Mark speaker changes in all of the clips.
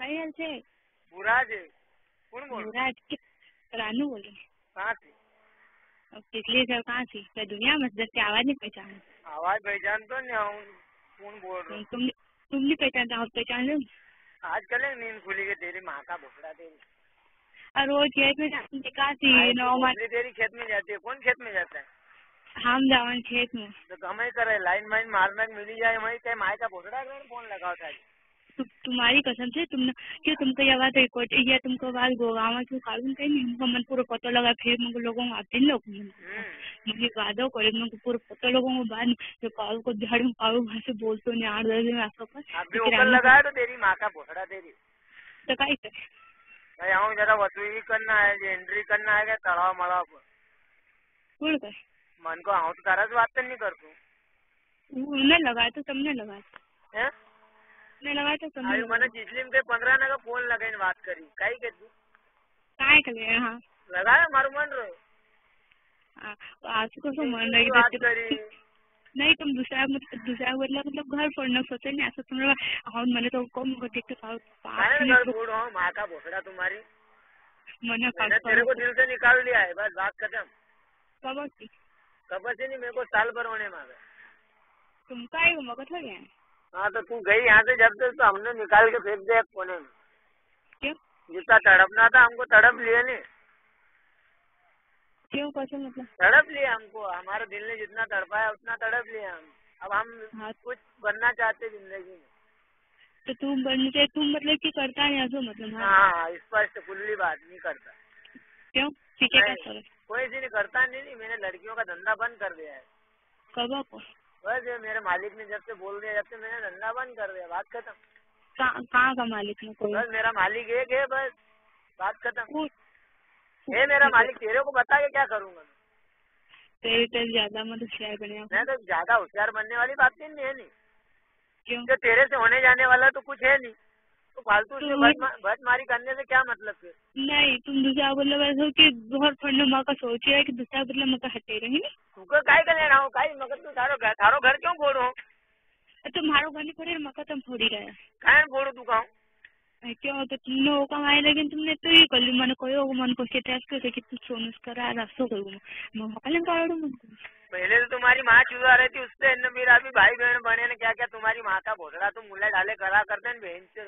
Speaker 1: નેહલ છે
Speaker 2: મુરાજ હે कौन बोल रहा है
Speaker 1: युवराज के रानू बोली
Speaker 2: कहाँ से
Speaker 1: अब पिछले साल कहाँ से मैं दुनिया मस्जिद से आवाज नहीं पहचान
Speaker 2: आवाज पहचान तो नहीं हूँ कौन बोल रहा हूँ
Speaker 1: तो तुम तुम नहीं पहचानता हम पहचान लो
Speaker 2: आज कल है नींद खुली के तेरी माँ का भोपड़ा तेरी
Speaker 1: और रोज खेत में जाते थे कहाँ से नौ मार
Speaker 2: भोपड़ी तेरी खेत में जाती है कौन खेत में जाता है
Speaker 1: हम जावन खेत में
Speaker 2: तो हम ही करे लाइन माइन मारना के मिली जाए वही कहीं माए का भोपड़ा करे फोन लगाओ था
Speaker 1: तु, तुम्हारी कसम से तुम क्यों तुमको ये बात रिकॉर्ड ये तुमको बात गोगावा क्यों कागुन कहीं नहीं उनको मन पूरा पता लगा फिर मुझे लोगों को आप लोग
Speaker 2: हम्म।
Speaker 1: मुझे वादो करे मुझे पूरा पता लोगों को बाद जो काल को झाड़ में काल भाषा बोलते नहीं आठ दस दिन आपको
Speaker 2: आप भी ऊपर लगाए तो तेरी माँ का भोपड़ा तेरी
Speaker 1: तो काई करे
Speaker 2: भाई आऊँ जरा वसूली करना है जे एंट्री करना है क्या तड़ाव मड़ाव पर
Speaker 1: पूरा करे
Speaker 2: मन को आऊँ तो तारा से बात तो नहीं करतू
Speaker 1: उन्हें लगाया तो तुमने लगाया
Speaker 2: हैं
Speaker 1: મેં લગાવ્યો તો તમને
Speaker 2: આવી મને ચીચલીમ કે પંદરા ના ફોન લગાઈને વાત કરી કઈ કીધું
Speaker 1: કાંઈ કરે હા
Speaker 2: લગાયો મારું મન રહ્યું
Speaker 1: હા આસુ કશું મન
Speaker 2: चीचली
Speaker 1: નહીં
Speaker 2: बात
Speaker 1: દેते
Speaker 2: करी
Speaker 1: નહીં તમે દુસરા મત- દુસરા બદલા મતલબ ઘર પર ન સોચે ને આસુ તમને હા મને તો કોમ ગતિક તો સાવ
Speaker 2: मारे
Speaker 1: પાસ
Speaker 2: घर बूढ़ हो माँ का भोसड़ा तुम्हारी
Speaker 1: મને
Speaker 2: मैंने तेरे को दिल से निकाल लिया है बस बात खत्म
Speaker 1: ખબર છે
Speaker 2: खबर से नहीं मेरे को साल भर होने मांगे
Speaker 1: તુમ કાઈ ગો મગજ લગે
Speaker 2: हाँ तो तू गई यहाँ से जब तक तो हमने निकाल के फेंक दिया एक कोने में
Speaker 1: કેમ
Speaker 2: जितना तड़पना था हमको तड़प लिया नहीं
Speaker 1: કેવું કશો મતલબ
Speaker 2: तड़प लिया हमको हमारे दिल ने जितना तड़पाया उतना तड़प लिया हम अब हम
Speaker 1: હા
Speaker 2: कुछ बनना चाहते जिंदगी में
Speaker 1: તો તું બની જાય તું મતલब કે કરતા નહીં હશો મતલબ હા
Speaker 2: हाँ हाँ, स्पष्ट खुली बात नहीं करता
Speaker 1: કેમ ઠીક હે
Speaker 2: नहीं।
Speaker 1: કરો
Speaker 2: कोई इसी ने करता नहीं नहीं मैंने लड़कियों का धंधा बंद कर दिया है
Speaker 1: કબા કો
Speaker 2: बस ये मेरे मालिक ने जब से बोल दिया जब से मैंने धंधा बंद कर दिया बात खत्म
Speaker 1: કા કા કા માલિક નો કોઈ
Speaker 2: बस मेरा मालिक एक है बस बात खत्म
Speaker 1: કોઈ हम्म।
Speaker 2: ये मेरा मालिक तेरे को बता के क्या करूंगा मैं?
Speaker 1: तेरे तेरे ज्यादा मत शेयर बने
Speaker 2: मैं तो ज्यादा होशियार बनने वाली बात ही नहीं है नहीं
Speaker 1: क्यों
Speaker 2: जो तेरे से होने जाने वाला तो कुछ है नहीं तो फालतू से
Speaker 1: तू-
Speaker 2: भटमा- भटमारी करने से क्या मतलब फिर
Speaker 1: नहीं तुम दूसरा बदला बैठो कि बहुत फंड माँ का सोच रहा है कि दूसरा बदला माँ का हटे रहे नहीं
Speaker 2: तू को काय कर लेना हो काय मगर तू थारो घर थारो घर क्यों फोड़ो
Speaker 1: तुम्हारो घर नहीं पड़े माँ का तुम फोड़ी रहा
Speaker 2: काय फोड़ू तू कहूँ
Speaker 1: है क्यों तो तुमने वो कमाए लेकिन तुमने तो ये कर ली मैंने कोई होगा मन को स्टेटस कर कि तू सोनस करा रास्तो कर मैं मकान काढ़ो मन को
Speaker 2: पहले तो तुम्हारी माँ चूजा रहती उससे न मेरा अभी भाई बहन बने ने क्या क्या तुम्हारी माँ का भोसड़ा तुम मुला डाले करा करते न बहन से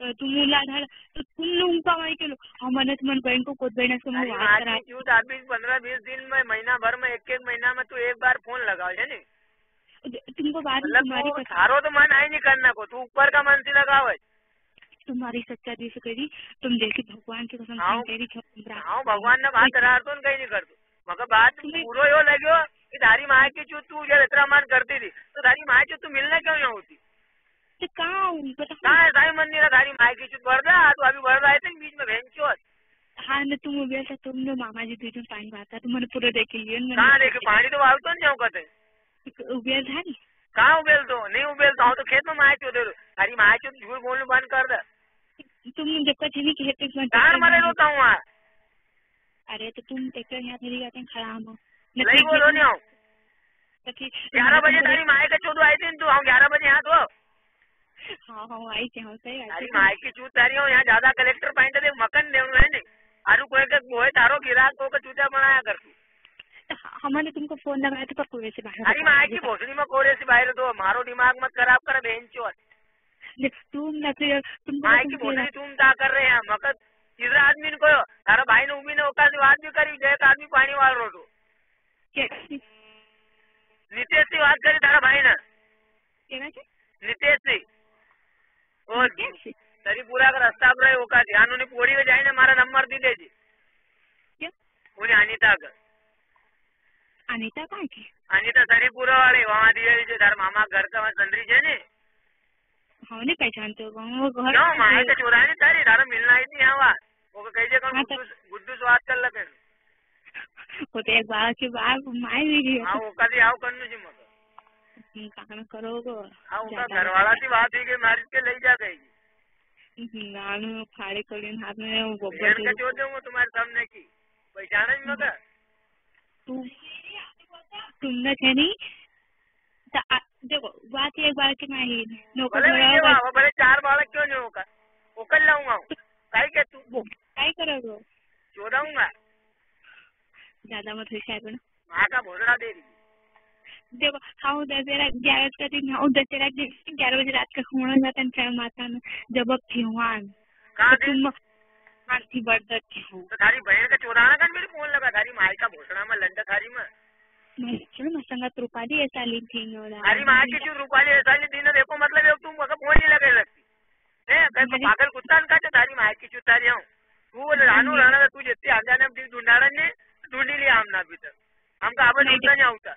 Speaker 1: तो तुम मुला धाड़ा तो तुम ने उनका माई के लो हमारे तो मन बहन को खुद बहन से मैं
Speaker 2: तारी
Speaker 1: बात
Speaker 2: माँ
Speaker 1: करा
Speaker 2: की चूत अभी पंद्रह बीस दिन में महीना भर में एक एक महीना में तू एक बार फोन लगाओ है नी
Speaker 1: तुमको बाद में तुम्हारी
Speaker 2: मतलब तू
Speaker 1: कसम-
Speaker 2: थारो तो मन आई नहीं करना को तू ऊपर का मन से लगावे
Speaker 1: तुम्हारी सच्चा दिल से करी तुम जैसे भगवान की कसम
Speaker 2: हाँ।
Speaker 1: करी छो तुम रात-
Speaker 2: हाउ भगवान ने बात रार तो कहीं नहीं करतो मगर बात
Speaker 1: तुम्हें-
Speaker 2: पूरो यो लग्यो कि तारी माँ की चूत तू जब इतना मन करती थी तो तारी माँ की चूत तू मिलने क्यों नहीं होती
Speaker 1: तो कहाँ आऊँ? बताओ
Speaker 2: कहाँ है तारी मंदिर है तारी माँ की चूत भरदा तो अभी भरदा है तो बीच में बहन चोत
Speaker 1: हाँ न तुम उबे से तुम जो मामा जी तुझे पानी बाता तो मैंने पूरा देख लिया न
Speaker 2: कहाँ देखे पानी तो वावतो नहीं हो कते
Speaker 1: उबे था न
Speaker 2: कहाँ उबेलतो नहीं उबेलता हूँ तो खेत में माँ चूत दे तारी माँ की चूत झूठ बोलने बंद कर दे
Speaker 1: अच्छा, तुम जब का चली खेत तक मत
Speaker 2: कहाँ मरे तो? रोता हूँ वहाँ
Speaker 1: अरे तो तुम एक यहाँ मेरी जाते हैं खड़ा हम
Speaker 2: नहीं बोलो नहीं हूँ
Speaker 1: तो
Speaker 2: ग्यारह बजे तारी माँ का चूत आई थी न तू हम ग्यारह बजे यहाँ तो
Speaker 1: हाँ हाँ आई थे हाँ सही
Speaker 2: તારી
Speaker 1: बात है
Speaker 2: માયકી છું તારી હું યહાં જ્યાદા કલેક્ટર પાસે તે મકન દેવું હે ને તારું કોઈ કઈક હોય તારો ગિરાક કોઈ ચૂતા બનાયા કરતું
Speaker 1: तो ह- हमने तुमको फोन लगाया था पर कोई वैसे बाहर
Speaker 2: તારી માયકી ભોસડીમાં કોરે છે બહાર તો મારો દિમાગ મત ખરાબ કરે બેન ચોર
Speaker 1: देखो, तुम न फिर तुम
Speaker 2: માયકી ભોસડી તું તા કર રહે હે મકર તીસરા આદમી ને કયો તારા ભાઈ ને ઉભી ને ઓકાતી વાત બી કરી ગયો એક આદમી પાણી વાળો હતો નીતેશ થી વાત કરી તારા ભાઈ ને નીતેશ થી ઓ તારી પૂરા કા રસ્તા પર રહે ઓકાતી આનું ની પોડી જાય ને મારા નંબર દી દેજે
Speaker 1: ક્યાં?
Speaker 2: હું ને અનિતા કર
Speaker 1: अनिता कहाँ की
Speaker 2: અનિતા સરીપુરા વાળી વહાં દિયે છે તાર મામા ઘર કા વહાં સંદરી છે ને
Speaker 1: हमने पहचानते हो वो घर
Speaker 2: क्यों माए का चोरा है तारी तारा मिलना आई थी यहाँ वहाँ वो को कही जगह
Speaker 1: हाँ, तो-
Speaker 2: गुड्डू गुड्डू से बात कर लगे
Speaker 1: वो तो एक बार के बाद माए भी गई
Speaker 2: हाँ वो का दी आओ करनु जी मगर
Speaker 1: तुम कहाँ करोगे
Speaker 2: हाँ वो का
Speaker 1: ज्यादा
Speaker 2: घर वाला थी बात हुई कि मारी के ले जा गई
Speaker 1: નાનું ખાડે કરીને હાથ ને એવું ગબ્બર
Speaker 2: बहन का चोर दूंगा तुम्हारे सामने की पहचान है मगर
Speaker 1: તું- तुमने છે नहीं तो आ- देखो बात ये एक बार की नहीं नौकर
Speaker 2: भले
Speaker 1: भरा
Speaker 2: ये
Speaker 1: होगा
Speaker 2: वहाँ वो भले चार बालक क्यों नहीं होगा उकल लाऊंगा हूँ काई के तू
Speaker 1: બો કાંઈ કરો છો
Speaker 2: चोदाऊंगा
Speaker 1: દાદા મત હોશિયાર બનો
Speaker 2: माँ का भोसड़ा दे दी
Speaker 1: देखो हाँ उधर से रात ग्यारह बजे दिन हाँ उधर से रात ग्यारह बजे रात का होना जाता है फिर माता में जब अब थी वहाँ
Speaker 2: कहाँ
Speaker 1: तो
Speaker 2: थी
Speaker 1: तुम हाँ थी बर्दत थी हूँ
Speaker 2: तो थारी बहन का चोदाना कर मेरी फोन लगा थारी माई का भोसड़ा में लंडा थारी में
Speaker 1: मैं चलो मैं संगत रूपाली ऐसा ली थी नोरा
Speaker 2: थारी माँ की चू रूपाली ऐसा नहीं दिन देखो मतलब एक तू मका फोन नहीं लगे सकती ने कहीं
Speaker 1: मेरी-
Speaker 2: पागल कुत्ता ने कहा तो थारी माई की चू तारी हूँ तू रानू राणा था, तू जेती आजा ने ढूंढाड़ा ने ढूंढी लिया हमने अभी तक हमका आवाज
Speaker 1: नहीं,
Speaker 2: उठता नहीं आवता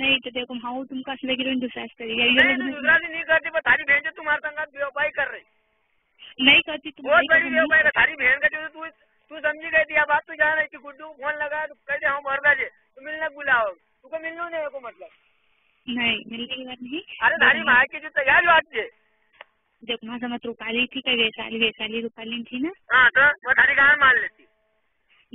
Speaker 1: नहीं तो देखो हाँ तुमका असले गिरोन दूसरा करी गया ये
Speaker 2: नहीं तू
Speaker 1: लोग
Speaker 2: दूसरा से नहीं करती पर थारी बहन जो तुम्हारे संग व्यवपाई कर रही
Speaker 1: नहीं करती तुम
Speaker 2: बहुत
Speaker 1: नहीं
Speaker 2: बड़ी
Speaker 1: करो,
Speaker 2: व्यवहार
Speaker 1: नहीं
Speaker 2: है थारी बहन का जो तू तू समझी गई थी अब आप तो जान रही थी गुड्डू को फोन लगा तो कह दे हम भरदा जे तू मिलने को बुलाओ तू को मिलनो नहीं को मतलब
Speaker 1: करो। नहीं मिलने की बात नहीं
Speaker 2: अरे थारी माँ की जो तैयार बात छे
Speaker 1: देखो वहाँ संगत रूपाली थी कई वैशाली वैशाली रूपाली थी ना
Speaker 2: हाँ तो वो थारी गान मान लेती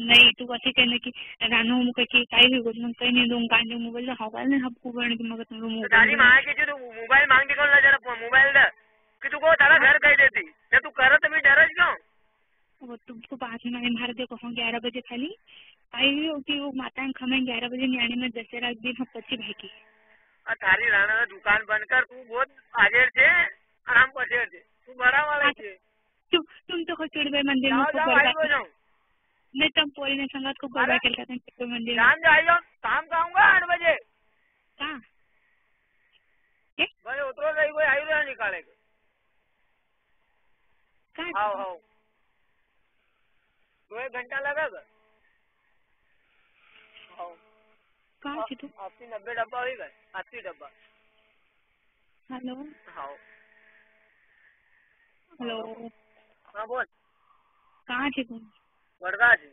Speaker 1: नहीं तू ऐसे कहने की रानू मुझे की काई हुई कुछ मैं कहीं नहीं दूँ कांडे मुझे बोल हाँ बोल हम कुबरण की मगर तुम लोग
Speaker 2: तो
Speaker 1: मुझे
Speaker 2: थारी माँ की जो तू मोबाइल मांग दी कौन ला जरा पो- मोबाइल दे कि तू को तारा घर कह देती ना तू करो तो भी डर क्यों
Speaker 1: वो तुमको बाद में मैंने मार देखो हाँ ग्यारह बजे खाली आई हुई होगी वो माता ने खमें ग्यारह बजे न्याणी में दशहरा के दिन हम पच्चीस भाई की
Speaker 2: और थारी राणा ने दुकान बंद कर तू बहुत आगे छे और हम पछेड़ छे तू बड़ा वाला छे
Speaker 1: तुम तुम तो खचूड़ भाई मंदिर में
Speaker 2: जाओ
Speaker 1: खूब
Speaker 2: जाओ आई
Speaker 1: बर्बाद
Speaker 2: जाओ
Speaker 1: तो नहीं तुम पोरी ने संगत खूब
Speaker 2: अरे?
Speaker 1: बर्बाद करता था खचूड़ मंदिर में
Speaker 2: जान जा आई जाओ शाम का आऊंगा आठ बजे
Speaker 1: कहाँ
Speaker 2: ભાઈ ઓતરો રહી કોઈ આવી રહ્યા નીકાળે
Speaker 1: कहाँ
Speaker 2: હાવ હાવ દો એક ઘંટા લગા હાવ
Speaker 1: कहाँ थी तू
Speaker 2: આસી નબ્બે ડબ્બા આવી ગયા આસી ડબ્બા
Speaker 1: हेलो
Speaker 2: હાવ
Speaker 1: हेलो
Speaker 2: હા બોલ
Speaker 1: कहाँ थी तुम
Speaker 2: વડગા છે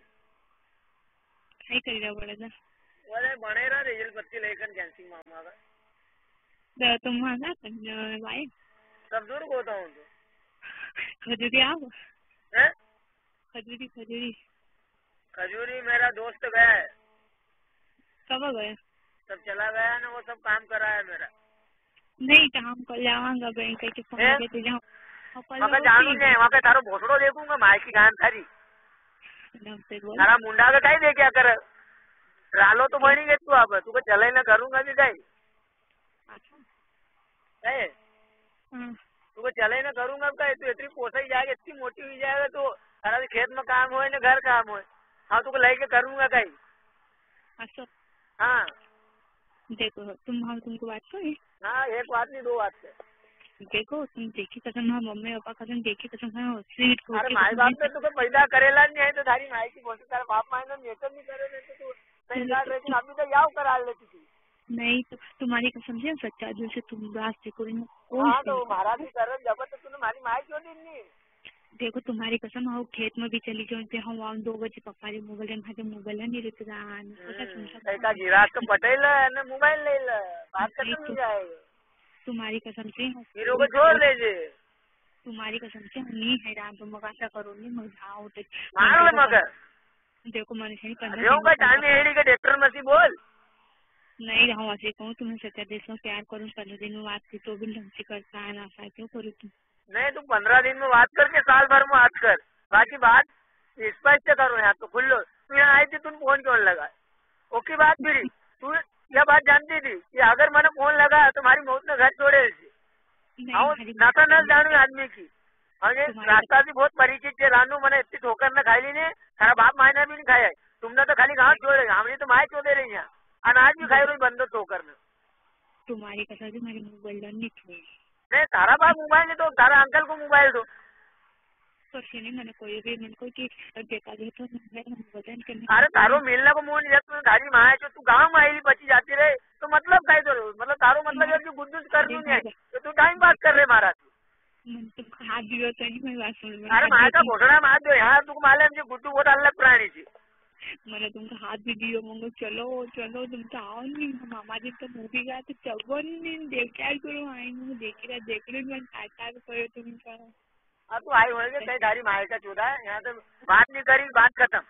Speaker 1: कहीं कर रहा पड़ेगा
Speaker 2: ઓલે ભણેરા રિઝલ્ટ પછી લઈ કરીને કેન્સિંગ માં આવે
Speaker 1: तो तुम वहाँ ना तुम आए
Speaker 2: સબ દૂર ગોતો હું તો
Speaker 1: खजूरी आओ
Speaker 2: હે
Speaker 1: खजूरी खजूरी
Speaker 2: खजूरी मेरा दोस्त गया है
Speaker 1: कब गए
Speaker 2: सब चला गया ना वो सब काम करा है मेरा
Speaker 1: नहीं तो हम कल आवांगा बैंक के
Speaker 2: हैं?
Speaker 1: फोन के तुझे हम कल
Speaker 2: वहाँ जानू नहीं वहाँ तारो भोसड़ो देखूंगा माई की गान थारी
Speaker 1: नमस्ते बोल
Speaker 2: તારા મુંડા આગળ કઈ દે ક્યાં કરે રાલો તો બની ગઈ તું આપે તું ચલાઈ ને કરું નથી કઈ કઈ
Speaker 1: हाँ
Speaker 2: તું ચલાઈ ને કરું કઈ કઈ તું એટલી પોસાઈ જાય એટલી મોટી હોઈ જાય તો તારાથી ખેતમાં કામ હોય ને ઘર કામ હોય હા તું લઈ કે કરું કઈ
Speaker 1: असो
Speaker 2: હા
Speaker 1: देखो तुम हम तुमको बात करें
Speaker 2: હા એક વાત ની દો વાત છે
Speaker 1: देखो तुम देखी कसम हम मम्मी पापा कसम देखी कसम हम स्वीट को
Speaker 2: અરે મારી બાપ ને તું કઈ પૈદા કરેલા જ નહીં તો તારી માહિતી બોલશે તારા બાપ માય નેચર નહીં કરે ને તો તું કઈ ગાડ રહીને આપી તો યાવ કરાવી લેતી તું
Speaker 1: नहीं तो तुम्हारी कसम से सच्चा दिल से तुम दास देखो इनमें कोई
Speaker 2: હા તો
Speaker 1: से-
Speaker 2: મારા બી કરે જબરદસ્ત તું મારી માય જોડી નહીં
Speaker 1: देखो तुम्हारी कसम हम खेत में भी चली जाऊँ पे हम वहाँ दो बजे पप्पा जी मोबाइल में खाते मोबाइल नहीं रहते जान पता तुम सब-
Speaker 2: એકા ગિરાક તો પટેલ લે અને મોબાઈલ લઈ લે વાત ખતમ
Speaker 1: नहीं तो-
Speaker 2: થઈ જાય
Speaker 1: तुम्हारी कसम से हम-
Speaker 2: હીરો કો છોડ દેજે
Speaker 1: तुम्हारी कसम से हम नहीं हैरान तुम मग ऐसा करो नहीं मग आओ तो
Speaker 2: મારો
Speaker 1: देखो-
Speaker 2: મગર
Speaker 1: देखो मनुष्य ने पंद्रह
Speaker 2: જેવું કઈ
Speaker 1: दिन में-
Speaker 2: ટાઈમ હેડી કે ડોક્ટર મસી બોલ
Speaker 1: नहीं रहूँ ऐसे कहूँ तुम्हें सच्चा दिल से प्यार करूँ पंद्रह दिन में बात की तो भी ढंग से करता है ना ऐसा क्यों करूँ तुम
Speaker 2: નહીં તું પંદર દિન માં વાત કર કે સાલ ભર માં વાત કર બાકી बात स्पष्ट करो यहाँ तो खुल्लो तू यहाँ आई थी तूने फोन क्यों नहीं लगाया ओके बात फिरी तू यह बात जानती थी कि अगर मैंने फोन लगाया तो मारी मौत ने घर छोड़े थी
Speaker 1: नहीं
Speaker 2: हाँ
Speaker 1: हमारी बात
Speaker 2: नाता न
Speaker 1: नहीं।
Speaker 2: जानू आदमी की અને
Speaker 1: તમારે-
Speaker 2: નાસ્તા થી બહુ પરિચિત છે રાનુ મને એટલી ઠોકર ને ખાઈ ને તારા બાપ માય ને બી નહીં ખાય તુમને તો ખાલી ગાંઠ જોડે હમણી તો માય ચોદે રહી અહીંયા અને આજ બી ખાઈ રહ્યું બંધો ઠોકર ને
Speaker 1: तुम्हारी कसम से मेरे मुंह बल्लन नहीं थोड़ी
Speaker 2: ને તારા બાપ મોબાઈલ ને તો તારા અંકલ કો મોબાઈલ દો
Speaker 1: परसे नहीं मैंने कोई भी मैंने कोई की देखा जो तो मैं मन बदन करने
Speaker 2: અરે તારો મિલના કો મોન જતું ને તારી માય છો તું ગામ આવેલી પછી જાતી રહે તો મતલબ કાઈ દો મતલબ તારો મતલબ એ કે ગુંદુસ કરનું ને તો તું ટાઈમ પાસ કર રે મારા
Speaker 1: मन तुम हाथ दियो तो नहीं मैं बात सुन
Speaker 2: અરે મારા કા ભોસડા માં દો હા તું માલે એમ છે ગુડ્ડુ બહુ અલગ પ્રાણી છે
Speaker 1: मैंने तुमको हाथ भी दियो मंगो चलो चलो तुम तो आओ नहीं मामा जी तो मूवी गया तो चलो नहीं देख क्या करो आई मुझे देखी रहा देख लो मैं काटा भी तो करो तुम करो
Speaker 2: हाँ तो आई होगी कहीं तारी माई का चौदह है यहाँ तो बात नहीं करी बात खत्म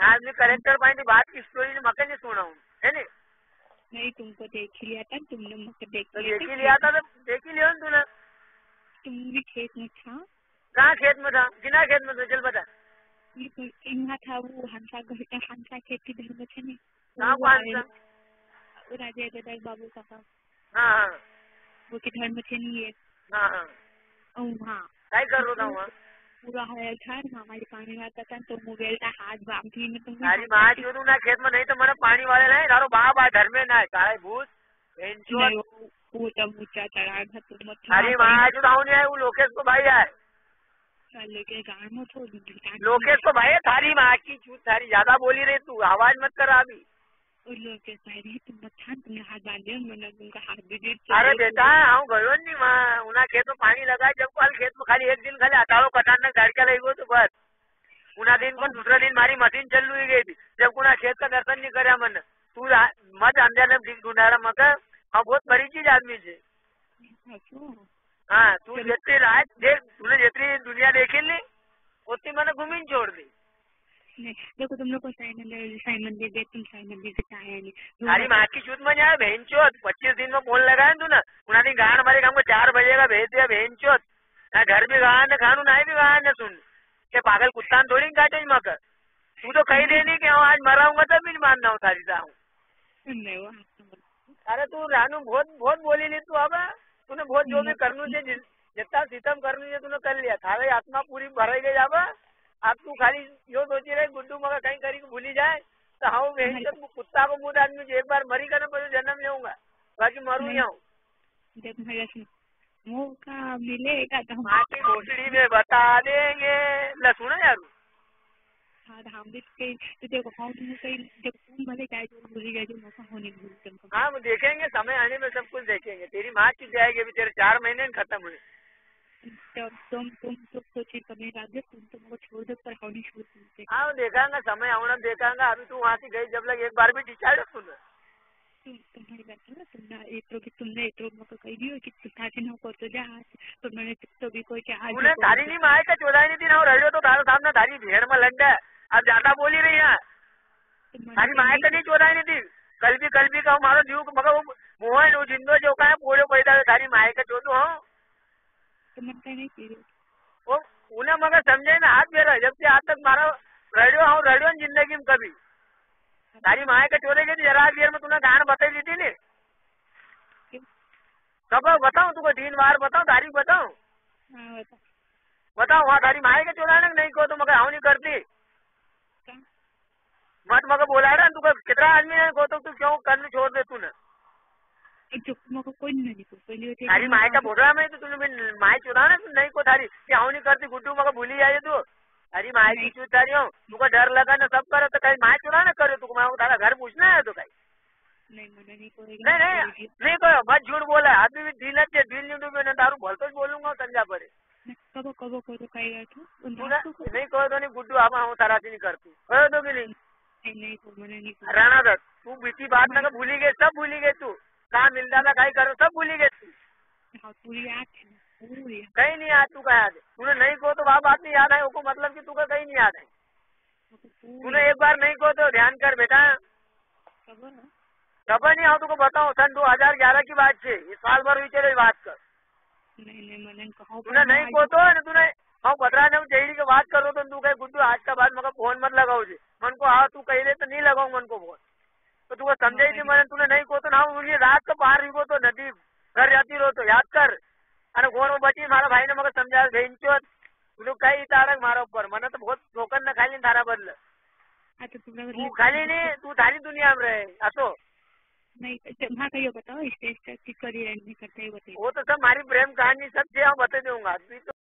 Speaker 2: यहाँ आदमी करेक्टर पाई थी बात की स्टोरी ने मके नहीं सुना हूँ है नी
Speaker 1: नहीं तुमको देख ही लिया था तुमने मुझको देख
Speaker 2: तो
Speaker 1: लिया
Speaker 2: देख ही
Speaker 1: था
Speaker 2: लिया था तो देख ही लिया ना तूने
Speaker 1: तुम भी खेत में था
Speaker 2: कहाँ खेत में था किना खेत में था चल बता
Speaker 1: बिल्कुल यहाँ था वो हंसा घर हंसा खेत की धर्म बच्चे ने
Speaker 2: कहाँ को हंसा
Speaker 1: राजा गदर बाबू का था
Speaker 2: हाँ हाँ
Speaker 1: वो की धर्म बच्चे नहीं है
Speaker 2: हाँ हाँ
Speaker 1: वहाँ
Speaker 2: काय कर रहा था वहाँ
Speaker 1: पूरा हरा झाड़ हमारे पानी वाला था तो वो वेलता हाथ बांधी ने तुम
Speaker 2: તારી માં જોયું ના ખેતમાં નહીં તો મને પાણી વાળે નહીં તારો બાપ આ ધર્મે ના તારે ભૂત
Speaker 1: नहीं, वो- वो तब ऊंचा चढ़ा था तो मत
Speaker 2: તારી માં હજુ આવું નહીં આવ્યું લોકેશ તો ભાઈ યાર
Speaker 1: लेके गाँव में थोड़ी दूर था।
Speaker 2: લોકેશ તો ભાઈ તારી માં આખી છૂટ તારી જ્યાદા બોલી રહી તું આવાજ મત કર અભી
Speaker 1: और लोग के साइड है तुम बच्चा तुमने हाथ बांधे मैंने तुमका हाथ भी दे
Speaker 2: અરે બેટા હું ગયો જ નહીં માં ઉના ખેતમાં પાણી લગાય જબ કાલ ખેતમાં ખાલી એક દિન ખાલી અટાળો કટાણ ગાડકા લઈ ગયો તો બસ ઉના દિન પણ દૂસરા દિન મારી મશીન ચાલુ થઈ ગઈ હતી જબ ઉના ખેત કા દર્શન નહીં કર્યા મને તું રા- મત અંદર ઢૂંઢારા મકા હા બહુ પરિચિત આદમી છે हाँ तू जितनी रात देख तूने जितनी दुनिया देखी ली उतनी मैंने घूमीन छोड़ दी
Speaker 1: नहीं देखो तुम लोग को साई मंदिर साई मंदिर देख तुम साई मंदिर से आया नहीं तुम
Speaker 2: तारी माँ की चूत में यार बहन चोत पच्चीस दिन में फोन लगाया तू ना उन्होंने गान मारे काम को चार बजे का भेज दिया बहन चोत ना घर भी गान ना खानू ना भी गान ना सुन के पागल कुत्ता ने थोड़ी काटे मकर तू तो कही दे नहीं कि हाँ आज मराऊंगा तब भी नहीं मानना हूँ तारी साहू
Speaker 1: नहीं वो आपको बोल-
Speaker 2: अरे तू रानू बहुत बहुत बोली ली तू अब हाँ? तूने बहुत जो भी करनू छे जित- जितना सीतम करनू छे तूने कर लिया थारे आत्मा पूरी भराई गई अब हाँ? अब तू खाली यो सोची रही गुड्डू मगर कहीं करी के भूली जाए तो हाँ वही सब कुत्ता को मुद आदमी छे, एक बार मरी कर पर तो जन्म लेऊंगा बाकी मरू ही हूँ
Speaker 1: जब मेरा से मौका मिलेगा तो हम
Speaker 2: आपकी घोसड़ी में बता देंगे लसुन है यार
Speaker 1: हाथ हम भी कहीं तो देखो हम तुम कहीं जब तुम भले जाए तो भूल जाए जो मौका होने भूल तुमको
Speaker 2: हाँ वो देखेंगे समय आने में सब कुछ देखेंगे तेरी माँ की जाएगी अभी तेरे चार महीने ही खत्म हुए
Speaker 1: तो तुम तुम तुम सोचे कभी राज्य तुम तुमको छोड़ दो पर हम नहीं छोड़ सकते
Speaker 2: हाँ वो देखांगा समय आना देखांगा अभी तू वहाँ से गई जब लग एक बार भी डिसाइड सुन
Speaker 1: तुम तुम्हारी बात है ना तुमने एत्रो की तुमने तो एत्रो मौका कही दियो कि तू थाके न कर तो जा हाथ पर मैंने तो भी कोई के हाथ
Speaker 2: ઉને તારી ની માં કે ચોરાઈ નથી ના રડ્યો તો તારો સામે તારી ભેળ માં લંડા આ જાતા બોલી રહી હા તારી માં કે નહીં ચોરાઈ નથી કલબી કલબી કહું મારો જીવ મગર હું મોહન હું જિંદો જો કાંઈ પોળ્યો પૈદા થયો. તારી માં કે ચોટું હું
Speaker 1: तुमने कहीं नहीं पी
Speaker 2: ઓ ઉને મગર સમજાઈને હાથ પહેરો જબ તે હાથ તક મારો રડ્યો હું રડ્યો ને જિંદગીમાં કભી તારી માં કે ચોરાઈ ગઈ હતી. જરા આ ઘેરમાં તુને ગાણ બતાવી દીધી ને ખબર બતાવું તું દીન વાર બતાવું તારીખ બતાવું
Speaker 1: हाँ बता
Speaker 2: बताओ वहाँ तारी माए के चोराने के नहीं को तो मगर हाँ नहीं करती
Speaker 1: क्या?
Speaker 2: मत मगर बोला रहा तू कब- कितना आदमी है को तो तू क्यों करने छोड़ दे तूने
Speaker 1: एक जो मौका तो कोई नहीं निको पहले तो होते
Speaker 2: तारी माए का बोला में तो तूने भी माए चुराने तू नहीं को तारी कि हाँ नहीं करती गुड्डू मगर भूली जाए तू तारी माए की चूत तारी हूँ तुमको डर लगा ना सब करे तो कहीं माए चुराने करे तू मैं तारा घर पूछना है तो कहीं
Speaker 1: नहीं मना नहीं
Speaker 2: नहीं
Speaker 1: करेगा
Speaker 2: नहीं नहीं कहो मत झूठ बोला अभी भी दिल है दिल नहीं डूबे ना तारू भलतो ज तो बोलूंगा संजा पड़े
Speaker 1: कब कब को तो कहेगा तू उन
Speaker 2: तू ना
Speaker 1: रात को
Speaker 2: नहीं कहो तो नहीं गुड्डू आवा हूँ तारा से नहीं करती कहो तो भी नहीं
Speaker 1: नहीं नहीं को मना नहीं करेगा
Speaker 2: राणा दत्त तू बीती बात ना भूली गई सब भूली गई तू कहाँ मिलता था कहीं करो सब भूली गई तू
Speaker 1: हाँ पूरी याद है पूरी याद
Speaker 2: कहीं नहीं याद तू कहाँ याद है तूने नहीं कहो तो वहाँ बात नहीं याद है ओको मतलब कि तू का कहीं नहीं याद है
Speaker 1: मौका पूरी
Speaker 2: तूने एक बार नहीं कहो तो ध्यान कर बेटा
Speaker 1: कब ना
Speaker 2: खबर नहीं आओ तुको बताओ सन 2011 की बात है ये साल भर विचारे बात कर
Speaker 1: नहीं नहीं मना कहा
Speaker 2: तूने नहीं कहो तो है ना तूने हम बतरा ने जयड़ी के बात करो तो तू कहे गुड्डू आज का बात मगर फोन मत लगाओ जी मन को हाँ तू कही दे तो नहीं लगाऊ मन को फोन तो तू समझे थी मैंने तूने नहीं कहो तो ना उन्हें रात को बाहर रिगो तो नदी घर जाती रहो तो याद कर अरे फोन में बची मारा भाई ने मगर समझा बहन चो तू कई तारक मारा ऊपर मैंने तो बहुत ठोकर न खाली थारा बदल
Speaker 1: हाँ तो तुमने
Speaker 2: तू खाली नहीं तू थारी दुनिया में रहे असो
Speaker 1: नहीं हाँ कहियो बताओ स्टेज तक किस करियर नहीं करते बताइए
Speaker 2: वो तो सब हमारी प्रेम कहानी सब जे हम बता दूंगा